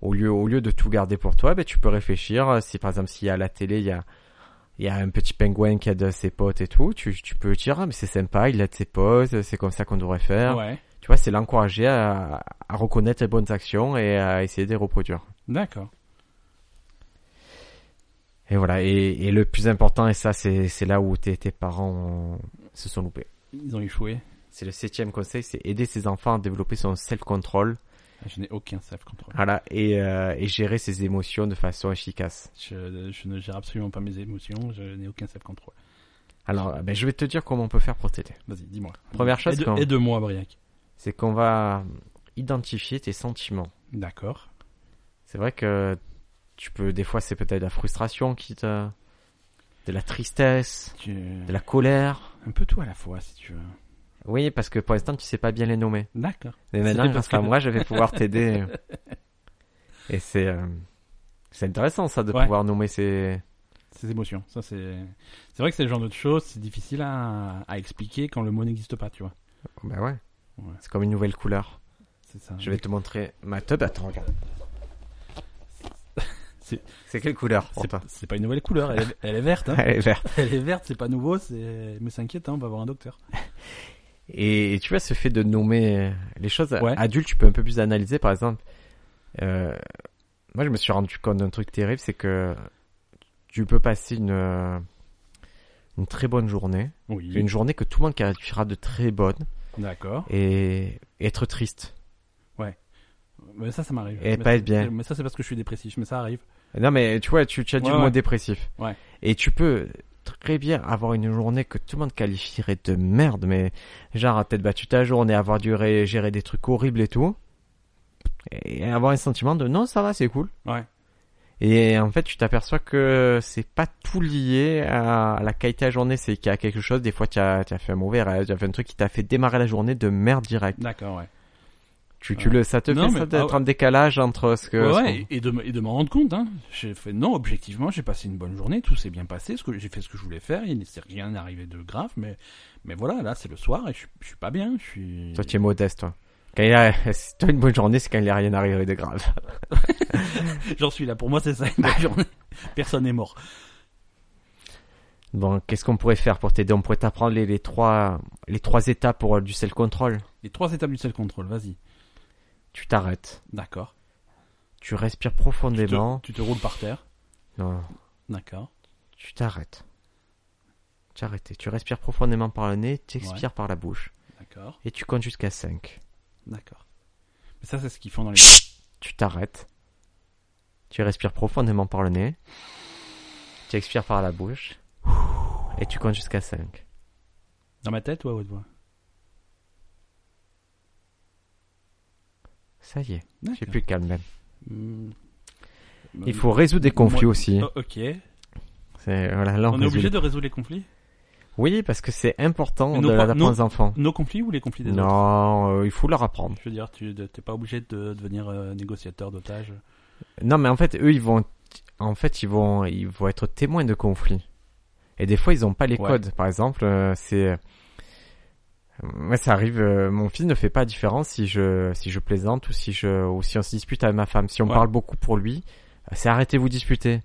B: au, lieu, au lieu de tout garder pour toi, ben, tu peux réfléchir. euh, Si par exemple, s'il y a à la télé, il y a, il y a un petit pingouin qui aide ses potes et tout, tu, tu peux dire, ah, mais c'est sympa, il aide ses potes, c'est comme ça qu'on devrait faire.
A: Ouais.
B: Tu vois, c'est l'encourager à, à reconnaître les bonnes actions et à essayer de les reproduire.
A: D'accord.
B: Et voilà, et, et le plus important, et ça, c'est c'est là où tes, tes parents euh, se sont loupés.
A: Ils ont échoué.
B: C'est le septième conseil, c'est aider ses enfants à développer son self-control,
A: Je n'ai aucun self-control.
B: voilà, et, euh, et gérer ses émotions de façon efficace.
A: Je, je ne gère absolument pas mes émotions. Je n'ai aucun self-control.
B: Alors, ben, je vais te dire comment on peut faire pour t'aider.
A: Vas-y, dis-moi.
B: Première chose,
A: Aide-
B: quand-
A: Aide-moi, Briac.
B: C'est qu'on va euh, identifier tes sentiments.
A: D'accord.
B: C'est vrai que tu peux, des fois, c'est peut-être de la frustration qui te, de la tristesse,
A: Tu...
B: de la colère.
A: Un peu tout à la fois, si tu veux.
B: Oui, parce que pour l'instant, tu sais pas bien les nommer.
A: D'accord.
B: Mais
A: C'était
B: maintenant,
A: parce
B: grâce
A: que-
B: à moi, je vais pouvoir t'aider. Et c'est, euh, c'est intéressant ça de
A: Ouais.
B: pouvoir nommer ces.
A: Ces émotions. Ça, c'est. C'est vrai que c'est le genre de choses, c'est difficile à, à expliquer quand le mot n'existe pas, tu vois.
B: Bah ouais.
A: Ouais.
B: C'est comme une nouvelle couleur.
A: C'est ça.
B: Je vais te montrer ma tub. Attends, regarde.
A: C'est-
B: C'est quelle couleur pour
A: C'est-
B: toi
A: C'est pas une nouvelle couleur, elle est, elle est verte. hein.
B: Elle est verte.
A: Elle est verte, c'est pas nouveau, c'est. Mais s'inquiète, hein, on va voir un docteur.
B: Et, et tu vois, ce fait de nommer euh, les choses
A: Ouais.
B: adultes, tu peux un peu plus analyser. Par exemple, euh, moi, je me suis rendu compte d'un truc terrible, c'est que tu peux passer une, euh, une très bonne journée,
A: Oui.
B: une journée que tout le monde qualifiera de très bonne,
A: D'accord.
B: et être triste.
A: Mais ça, ça m'arrive.
B: Et
A: Mais
B: pas
A: ça-
B: être bien.
A: Mais ça, c'est parce que je suis dépressif, mais ça arrive.
B: Non, mais tu vois, tu, tu as dit
A: Ouais,
B: le mot
A: ouais.
B: dépressif.
A: Ouais.
B: Et tu peux très bien avoir une journée que tout le monde qualifierait de merde, mais genre à tête battue ta journée, avoir dû ré- gérer des trucs horribles et tout, et avoir un sentiment de non, ça va, c'est cool.
A: Ouais.
B: Et en fait, tu t'aperçois que c'est pas tout lié à à la qualité de la journée, c'est qu'il y a quelque chose, des fois tu as, tu as fait un mauvais rêve, tu as fait un truc qui t'a fait démarrer la journée de merde direct.
A: D'accord, ouais.
B: Tu, tu le, ça te
A: Non,
B: fait
A: mais-
B: ça
A: ah
B: d'être
A: ouais.
B: en décalage entre ce que...
A: ouais,
B: ce
A: ouais,
B: qu'on-
A: et- et de, me- et de m'en rendre compte. Hein. J'ai fait non, objectivement, j'ai passé une bonne journée, tout s'est bien passé, ce que j'ai fait ce que je voulais faire, il ne s'est rien arrivé de grave, mais mais voilà, là c'est le soir et je, suis- je suis pas bien, je suis.
B: Toi, tu es modeste, toi. Quand il y a, si toi, une bonne journée, c'est quand il n'y a rien arrivé de grave.
A: J'en suis là. Pour moi, c'est ça une bonne journée. Personne n'est mort.
B: Bon, qu'est-ce qu'on pourrait faire pour t'aider On pourrait t'apprendre les, les trois, les trois étapes pour euh, du self-control.
A: Les trois étapes du self-control, vas-y.
B: Tu t'arrêtes.
A: D'accord.
B: Tu respires
A: Tu te-
B: profondément.
A: tu te roules par terre.
B: Non,
A: D'accord.
B: tu t'arrêtes. Tu arrêtes. Tu respires profondément par le nez, tu expires par la bouche.
A: D'accord.
B: Et tu comptes jusqu'à 5.
A: D'accord. Mais ça, c'est ce qu'ils font dans les.
B: Tu t'arrêtes. Tu respires profondément par le nez. Tu expires par la bouche. Et tu comptes jusqu'à 5.
A: Dans ma tête ou à haute voix
B: Ça y est, j'ai
A: D'accord.
B: plus de calme même.
A: Hmm.
B: Il faut résoudre des conflits aussi.
A: Bah Oh, ok.
B: C'est- voilà, là, on
A: on est
B: résout-
A: obligé de résoudre les conflits
B: Oui, parce que c'est important
A: Mais
B: de
A: nos par-
B: l'apprendre aux enfants.
A: Nos conflits ou les conflits des autres
B: Non, euh, il faut leur apprendre.
A: Je veux dire, tu t'es pas obligé de devenir euh, négociateur d'otages.
B: Non, mais en fait, eux, ils vont, en fait, ils vont, ils vont être témoins de conflits. Et des fois, ils n'ont pas les
A: Ouais.
B: codes. Par exemple, euh, c'est, moi, ça arrive. euh, mon fils ne fait pas la différence si je, si je plaisante ou si je, ou si on se dispute avec ma femme. Si on
A: Ouais.
B: parle beaucoup pour lui, euh, c'est arrêtez-vous de disputer.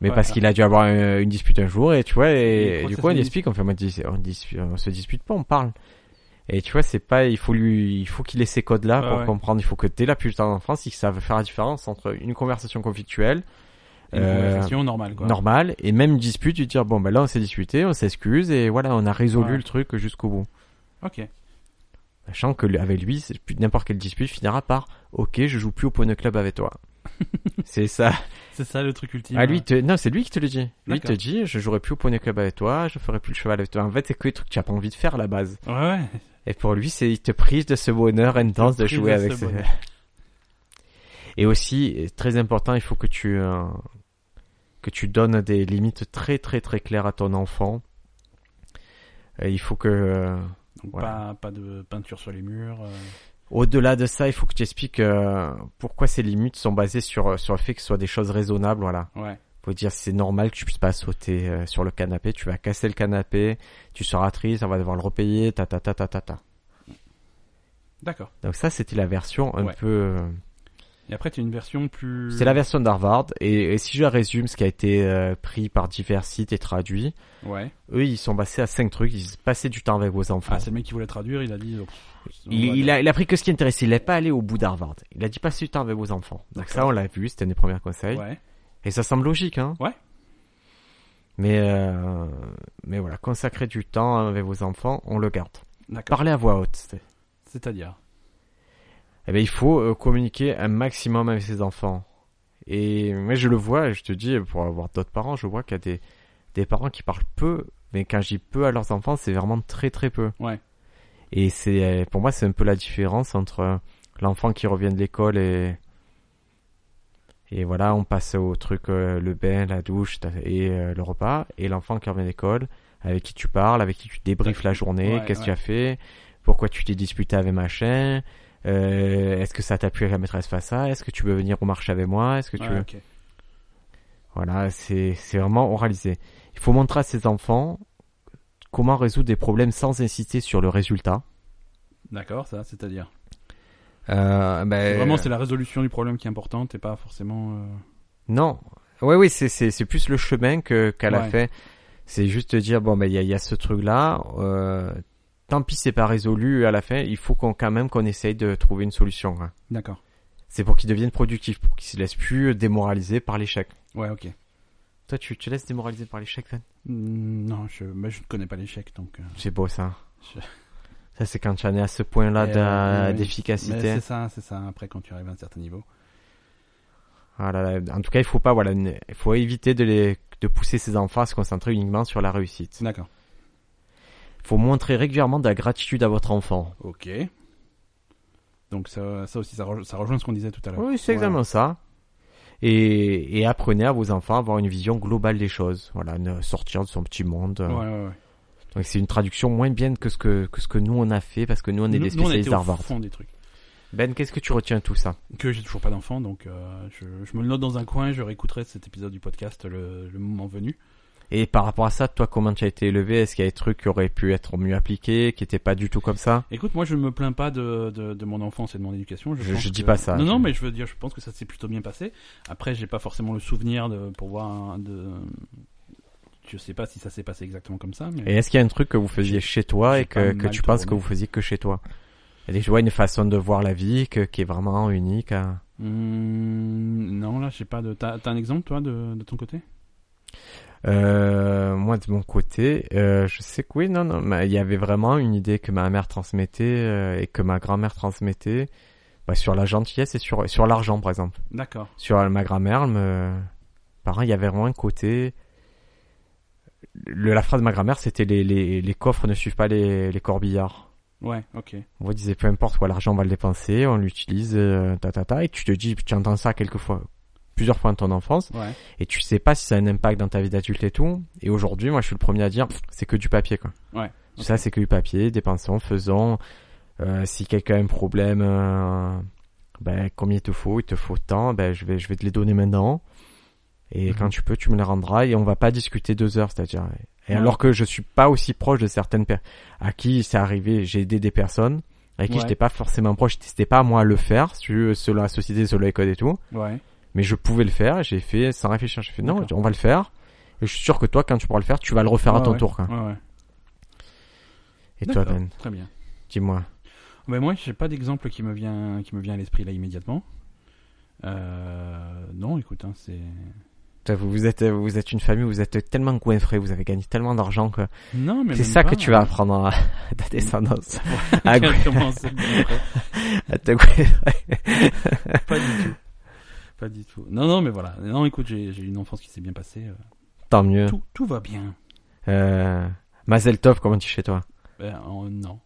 B: Mais
A: Ouais.
B: parce qu'il a dû avoir euh, une, dispute un jour et tu vois,
A: Et il
B: et,
A: croit que
B: du coup,
A: ça
B: on
A: finit.
B: explique, on fait, moi, dis- on, dis- on se dispute pas, on parle. Et tu vois, c'est pas, il faut lui, il faut qu'il ait ces codes-là
A: Ouais,
B: pour
A: ouais.
B: comprendre. Il faut que dès la plus tard en France, ils savent faire la différence entre une conversation conflictuelle,
A: Une
B: Euh,
A: conversation normale, quoi.
B: normale, et même une dispute, de dire bon, ben là, on s'est disputé, on s'excuse, et voilà, on a résolu
A: Ouais.
B: le truc jusqu'au bout.
A: Ok.
B: Sachant que le- avec lui, c'est plus- n'importe quelle dispute finira par ok, je joue plus au poney club avec toi. c'est ça.
A: C'est ça le truc ultime.
B: Ah lui, te... non, c'est lui qui te le dit. Lui il te
A: D'accord.
B: dit, je jouerai plus au poney club avec toi, je ferai plus le cheval avec toi. En fait, c'est que les trucs que tu as pas envie de faire à la base.
A: Ouais, ouais.
B: Et pour lui, c'est il te prive de ce bonheur intense de
A: Prise
B: jouer avec.
A: ce
B: ce-
A: bonheur.
B: Et aussi, et très important, il faut que tu euh, que tu donnes des limites très très très claires à ton enfant. Et il faut que euh,
A: Donc
B: Voilà.
A: pas, pas de peinture sur les murs. euh,
B: au-delà de ça, il faut que tu expliques euh, pourquoi ces limites sont basées sur euh, sur le fait que ce soit des choses raisonnables, voilà.
A: Ouais.
B: Faut dire c'est normal que tu puisses pas sauter euh, sur le canapé, tu vas casser le canapé, tu seras triste, on va devoir le repayer, ta ta ta ta ta ta.
A: D'accord.
B: Donc ça c'était la version un
A: Ouais.
B: peu euh,
A: Et après, tu as une version plus.
B: C'est la version d'Harvard, et, et si je résume ce qui a été euh, pris par divers sites et traduit,
A: Ouais.
B: eux ils sont passés à cinq trucs, ils disent passez du temps avec vos enfants.
A: Ah, c'est le mec qui voulait traduire, il a dit. oh, pff,
B: il,
A: ouais.
B: il a, il a pris que ce qui intéressait, il n'est pas allé au bout d'Harvard, il a dit passez du temps avec vos enfants. Donc ça on l'a vu, c'était un des premiers conseils,
A: Ouais.
B: et ça semble logique hein.
A: Ouais.
B: Mais, euh, mais voilà, consacrez du temps avec vos enfants, on le garde.
A: D'accord.
B: Parlez à voix haute. c'est-
A: C'est-à-dire.
B: Eh ben, il faut euh, communiquer un maximum avec ses enfants. Et moi, je le vois, et je te dis, pour avoir d'autres parents, je vois qu'il y a des, des parents qui parlent peu, mais quand je dis peu à leurs enfants, c'est vraiment très très peu.
A: Ouais.
B: Et c'est, euh, pour moi, c'est un peu la différence entre euh, l'enfant qui revient de l'école et, et voilà, on passe au truc, euh, le bain, la douche ta- et euh, le repas, et l'enfant qui revient de l'école, avec qui tu parles, avec qui tu débriefes la journée,
A: Ouais,
B: qu'est-ce que tu
A: ouais.
B: as fait, pourquoi tu t'es disputé avec machin, euh, est-ce que ça t'a plu avec la maîtresse face à, est-ce que tu veux venir au marché avec moi, est-ce que tu
A: Ouais,
B: veux...
A: ok.
B: Voilà, c'est c'est vraiment oralisé. Il faut montrer à ses enfants comment résoudre des problèmes sans insister sur le résultat.
A: D'accord, ça, c'est-à-dire.
B: Euh, ben,
A: Vraiment, c'est la résolution du problème qui est importante et pas forcément. euh,
B: Non. Oui, oui, c'est c'est c'est plus le chemin que qu'elle a
A: Ouais.
B: fait. C'est juste de dire bon ben il y a, il y a ce truc là. Euh, tant pis c'est pas résolu à la fin. Il faut qu'on quand même qu'on essaye de trouver une solution. hein.
A: D'accord.
B: C'est pour qu'ils deviennent productifs, pour qu'ils se laissent plus démoraliser par l'échec.
A: Ouais, ok.
B: Toi tu te laisses démoraliser par l'échec, Dan
A: Hmm, Non, je, bah, je ne connais pas l'échec, donc. euh,
B: C'est beau ça.
A: Je-
B: Ça c'est quand tu en es à ce point là
A: Eh, ouais, ouais. Mais
B: d'efficacité.
A: c'est ça, c'est ça. Après, quand tu arrives à un certain niveau.
B: Ah là là. En tout cas il faut pas voilà, une- il faut éviter de les de pousser ses enfants à se concentrer uniquement sur la réussite.
A: D'accord.
B: faut montrer régulièrement de la gratitude à votre enfant.
A: Ok. Donc ça, ça aussi, ça, rej- ça rejoint ce qu'on disait tout à l'heure.
B: Oui, c'est exactement ça. Et, et apprenez à vos enfants à avoir une vision globale des choses. Voilà, ne sortir de son petit monde.
A: Ouais, ouais, ouais.
B: Donc c'est une traduction moins bien que ce que, que ce que nous on a fait parce que nous on est
A: Nous-
B: des
A: nous, on était
B: spécialistes
A: au
B: d'Harvard.
A: fond des trucs.
B: Ben, qu'est-ce que tu retiens de tout ça
A: Que j'ai toujours pas d'enfant, donc euh, je, je me le note dans un coin et je réécouterai cet épisode du podcast le, le moment venu.
B: Et par rapport à ça, toi, comment tu as été élevé Est-ce qu'il y a des trucs qui auraient pu être mieux appliqués, qui n'étaient pas du tout comme ça
A: Écoute, moi je me plains pas de, de, de mon enfance et de mon éducation. Je,
B: Je-
A: pense
B: je dis
A: que-
B: pas ça,
A: Non, non,
B: je-
A: mais je veux dire, je pense que ça s'est plutôt bien passé. Après, j'ai pas forcément le souvenir de pour voir un- de. Je sais pas si ça s'est passé exactement comme ça, mais
B: Et est-ce qu'il y a un truc que vous faisiez chez toi
A: j'ai
B: et
A: pas
B: que, que
A: mal
B: tu penses que
A: tourné.
B: vous faisiez que chez toi Et je vois une façon de voir la vie que- qui est vraiment unique. hein.
A: Hum, non, là, je sais pas. De... T'as t'as un exemple, toi, de, de ton côté
B: Euh, moi de mon côté, euh, je sais que oui, non, non, mais il y avait vraiment une idée que ma mère transmettait euh, et que ma grand-mère transmettait bah, sur la gentillesse et sur sur l'argent par exemple.
A: D'accord.
B: Sur ma grand-mère, elle me... par un, il y avait vraiment un côté le- la phrase de ma grand-mère, c'était les, les, les coffres ne suivent pas les, les corbillards.
A: Ouais, ok.
B: On disait peu importe quoi, l'argent on va le dépenser, on l'utilise, euh, ta, ta, ta, et tu te dis, tu entends ça quelques fois, plusieurs fois dans ton enfance,
A: Ouais.
B: et tu sais pas si ça a un impact dans ta vie d'adulte et tout. Et aujourd'hui, moi, je suis le premier à dire, pff, c'est que du papier, quoi.
A: Ouais,
B: Tout ça, c'est que du papier, dépensons, faisons. Euh, si quelqu'un a un problème, euh, ben, combien il te faut Il te faut tant, ben, je vais, je vais te les donner maintenant. Et
A: Mhm.
B: quand tu peux, tu me les rendras et on va pas discuter deux heures, c'est-à-dire. Et
A: Ouais.
B: alors que je suis pas aussi proche de certaines personnes à qui c'est arrivé, j'ai aidé des personnes avec qui
A: Ouais.
B: j'étais pas forcément proche, c'était pas à moi à le faire, sur- selon la société, selon les codes et tout
A: Ouais.
B: mais je pouvais le faire et j'ai fait sans réfléchir j'ai fait non
A: D'accord.
B: on va le faire et je suis sûr que toi quand tu pourras le faire tu vas le refaire à
A: Ouais,
B: ton
A: ouais.
B: tour quoi.
A: Ouais, ouais.
B: et toi
A: D'accord,
B: Ben
A: Très bien.
B: dis-moi
A: Ben moi, j'ai pas d'exemple qui me vient qui me vient à l'esprit là immédiatement. Euh, non, écoute, hein, c'est.
B: Putain, vous, vous êtes vous êtes une famille vous êtes tellement goinfrés vous avez gagné tellement d'argent que
A: Non, mais
B: c'est
A: même
B: ça
A: pas. hein.
B: que tu vas apprendre à à ta descendance à, gou-
A: Comment c'est
B: à te goinfrer.
A: Pas du tout. Pas du tout. Non, non, mais voilà. Non, écoute, j'ai j'ai une enfance qui s'est bien passée. euh,
B: tant mieux
A: Tout, tout va bien.
B: euh, Mazel Tov comment tu chez toi
A: Ben, euh, non.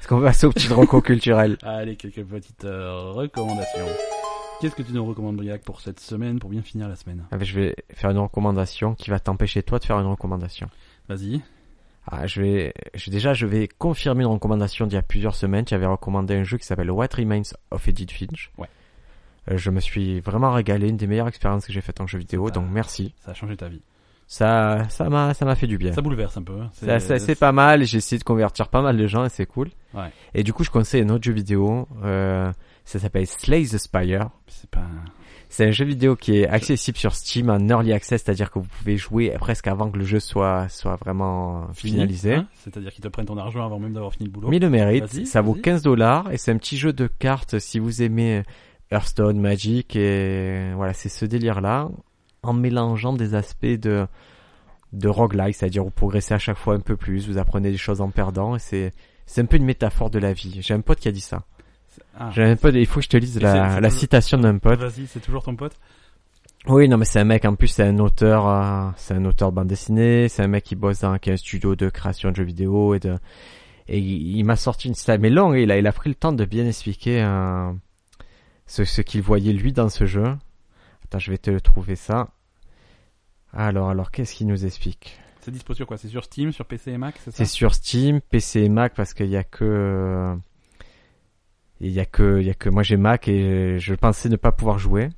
B: est-ce qu'on va passer au petit roco culturel
A: Allez, quelques petites euh, recommandations. Qu'est-ce que tu nous recommandes, Briac, pour cette semaine, pour bien finir la semaine
B: Ah, ben, je vais faire une recommandation qui va t'empêcher toi de faire une recommandation
A: Vas-y.
B: Ah, je vais, je- déjà, je vais confirmer une recommandation d'il y a plusieurs semaines. Tu avais recommandé un jeu qui s'appelle What Remains of Edith Finch.
A: Ouais.
B: Euh, je me suis vraiment régalé, une des meilleures expériences que j'ai faites en jeu vidéo,
A: C'est pas-
B: donc merci.
A: Ça a changé ta vie.
B: Ça, ça m'a, ça m'a fait du bien.
A: Ça bouleverse un peu. hein.
B: Ça- ça- C'est pas mal, j'ai essayé de convertir pas mal de gens et c'est cool.
A: Ouais.
B: Et du coup, je conseille un autre jeu vidéo, euh, ça s'appelle Slay the Spire.
A: C'est pas.
B: C'est un jeu vidéo qui est accessible sur Steam en early access, c'est-à-dire que vous pouvez jouer presque avant que le jeu soit, soit vraiment finalisé.
A: Hein C'est-à-dire qu'ils te prennent ton argent avant même d'avoir fini le boulot.
B: Mais le mérite,
A: Vas-y,
B: ça vaut
A: vas-y.
B: 15 dollars et c'est un petit jeu de cartes si vous aimez euh, Hearthstone, Magic et voilà, c'est ce délire là en mélangeant des aspects de de roguelike, c'est-à-dire vous progressez à chaque fois un peu plus, vous apprenez des choses en perdant et c'est c'est un peu une métaphore de la vie. J'ai un pote qui a dit ça.
A: Ah.
B: J'ai un pote, il faut que je te lise
A: Et c'est-
B: la,
A: c'est
B: la
A: toujours-
B: citation d'un pote.
A: Vas-y, c'est toujours ton pote
B: Oui, non, mais c'est un mec, en plus, c'est un auteur, euh, c'est un auteur de bande dessinée, c'est un mec qui bosse dans qui a un studio de création de jeux vidéo et de, et il, il m'a sorti une slam mais longue et il a, il a pris le temps de bien expliquer, euh, ce, ce qu'il voyait lui dans ce jeu. Attends, je vais te le trouver ça. Alors, alors, qu'est-ce qu'il nous explique?
A: C'est dispo sur quoi C'est sur Steam, sur PC et Mac, c'est ça
B: C'est sur Steam, PC et Mac parce qu'il y a que, euh, il y a que, il y a que, moi j'ai Mac et je pensais ne pas pouvoir jouer.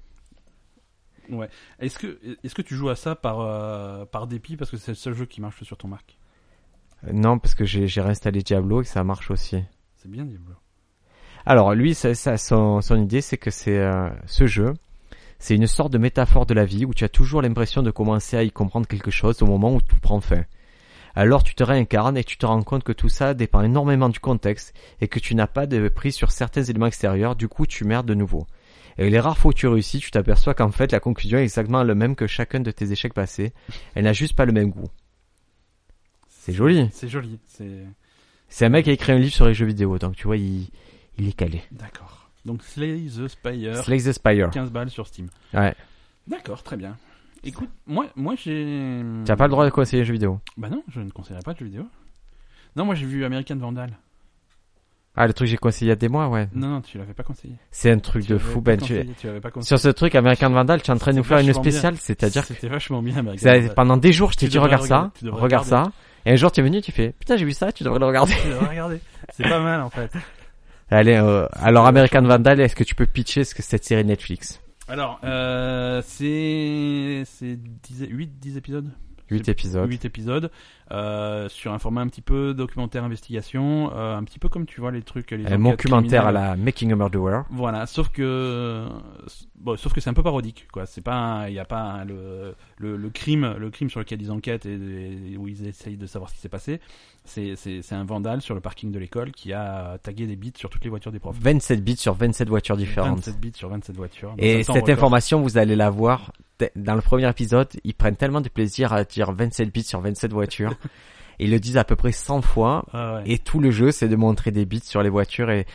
A: Est-ce que, est-ce que tu joues à ça par, euh, par dépit parce que c'est le seul jeu qui marche sur ton Mac
B: Euh, Non, parce que j'ai, j'ai réinstallé Diablo et que ça marche aussi.
A: C'est bien Diablo.
B: Alors lui, ça, ça- son, son idée, c'est que c'est euh, ce jeu, c'est une sorte de métaphore de la vie où tu as toujours l'impression de commencer à y comprendre quelque chose au moment où tout prend fin. Alors tu te réincarnes et tu te rends compte que tout ça dépend énormément du contexte et que tu n'as pas de prise sur certains éléments extérieurs, du coup tu merdes de nouveau. Et les rares fois où tu réussis, tu t'aperçois qu'en fait la conclusion est exactement la même que chacun de tes échecs passés, elle n'a juste pas le même goût. C'est joli.
A: C'est joli. C'est
B: C'est un mec qui a écrit un livre sur les jeux vidéo, donc tu vois, il, il est calé.
A: d'accord. Donc Slay the Spire,
B: Slay the Spire.
A: 15 balles sur Steam.
B: Ouais.
A: D'accord, très bien. Écoute, moi, moi j'ai.
B: T'as pas le droit de conseiller les jeux vidéo.
A: Bah non, je ne conseillerais pas de jeux vidéo. Non, moi j'ai vu American Vandal.
B: Ah, le truc que j'ai conseillé il y a des mois, ouais.
A: Non, non, tu l'avais pas conseillé.
B: C'est un truc
A: Tu
B: de
A: l'avais
B: fou,
A: pas
B: Ben. tu-
A: conseillé, Tu l'avais pas conseillé.
B: Sur ce truc, American Vandal, tu es en train de nous
A: C'est
B: faire une
A: vachement bien.
B: spéciale, c'est-à-dire que
A: C'était vachement bien American
B: ça-
A: Vandal.
B: pendant des jours, je t'ai
A: Tu
B: dit
A: devrais
B: regarde ça,
A: regarder, tu devrais
B: regarde ça,
A: regarder.
B: et un jour tu es venu, tu fais putain j'ai vu ça, tu devrais le regarder.
A: Tu devrais regarder. C'est pas mal en fait.
B: Allez, euh, alors American Vandal, est-ce que tu peux pitcher ce que cette série Netflix
A: Alors, euh, c'est c'est 10 8 10 épisodes.
B: 8 épisodes.
A: 8 épisodes euh, sur un format un petit peu documentaire investigation, euh, un petit peu comme tu vois les trucs les
B: Un
A: enquêtes
B: documentaire à
A: criminelles.
B: la Making a Murderer.
A: Voilà, sauf que bon, sauf que c'est un peu parodique quoi, c'est pas il y a pas un- le, le le crime, le crime sur lequel ils enquêtent et, et où ils essayent de savoir ce qui s'est passé, c'est c'est c'est un vandale sur le parking de l'école qui a tagué des bits sur toutes les voitures des profs.
B: 27 bits sur 27 voitures différentes.
A: 27 bits sur 27 voitures. Donc
B: Et
A: ça, c'est en
B: cette
A: record.
B: information, vous allez la voir t- dans le premier épisode. Ils prennent tellement de plaisir à dire 27 bits sur 27 voitures. Ils le disent à peu près 100 fois.
A: Ah ouais.
B: Et tout le jeu, c'est de montrer des bits sur les voitures et,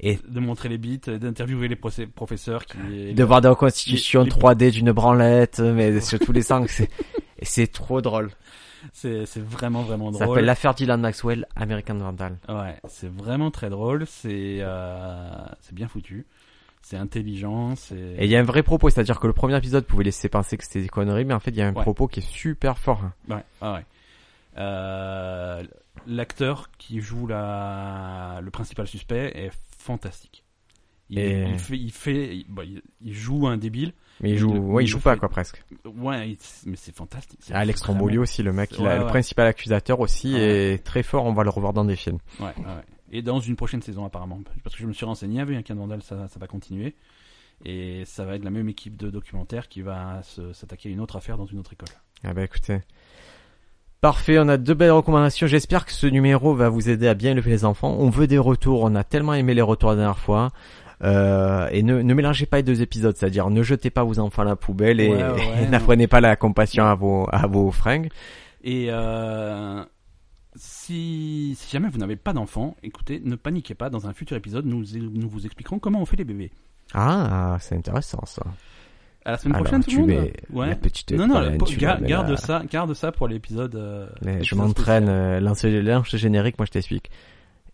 B: et
A: de montrer les bits, d'interviewer les procé- professeurs qui
B: de voir des reconstitutions
A: les- les-
B: 3D d'une branlette, mais sur tous les angles. C'est, c'est trop drôle.
A: C'est c'est vraiment vraiment
B: Ça s'appelle
A: drôle.
B: l'affaire Dylan Maxwell, American Vandal.
A: Ouais, c'est vraiment très drôle. C'est euh, c'est bien foutu. C'est intelligent.
B: Et
A: C'est
B: il y a un vrai propos, c'est-à-dire que le premier épisode pouvait laisser penser que c'était des conneries, mais en fait, il y a un
A: Ouais.
B: propos qui est super fort. hein.
A: ouais, ah ouais. Euh, L'acteur qui joue la le principal suspect est fantastique. Il,
B: Et-
A: il fait il fait il, bon, il- il joue un débile.
B: Mais il
A: Il
B: joue,
A: le-
B: ouais, il
A: il
B: joue
A: le
B: pas,
A: fait.
B: quoi, presque.
A: Ouais, il- mais c'est fantastique. C'est
B: Alex
A: vraiment-
B: Rombolio aussi, le mec,
A: c'est-
B: il a-
A: ouais,
B: le
A: ouais.
B: principal accusateur aussi,
A: Ouais.
B: est très fort, on va le revoir dans des films.
A: Ouais, ouais, ouais. Et dans une prochaine saison, apparemment. Parce que je me suis renseigné, avec un Vandal, ça, ça va continuer. Et ça va être la même équipe de documentaires qui va se- s'attaquer à une autre affaire dans une autre école.
B: Ah bah écoutez. Parfait, on a deux belles recommandations. J'espère que ce numéro va vous aider à bien élever les enfants. On veut des retours, on a tellement aimé les retours la dernière fois. Euh, et ne, ne mélangez pas les deux épisodes, c'est-à-dire ne jetez pas vos enfants à la poubelle et,
A: Ouais, ouais,
B: et
A: non.
B: n'apprenez pas la compassion à vos, à vos fringues.
A: Et euh, si, si jamais vous n'avez pas d'enfant, écoutez, ne paniquez pas. Dans un futur épisode, nous, nous vous expliquerons comment on fait les bébés.
B: Ah, c'est intéressant ça.
A: À la semaine
B: Alors,
A: prochaine, tout
B: Ah ben, tu
A: le monde
B: mets la
A: Ouais.
B: petite
A: Non, non,
B: Pauline,
A: po-
B: tu
A: ga-
B: la mets
A: garde,
B: là.
A: ça, garde ça pour l'épisode. euh,
B: Mais je
A: l'épisode
B: m'entraîne,
A: spécial.
B: euh, lancer les lances générique, moi je t'explique.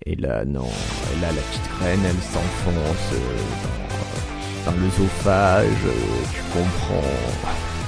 B: Et là, non, et là, la petite reine, elle s'enfonce euh, dans, dans l'œsophage, euh, tu comprends.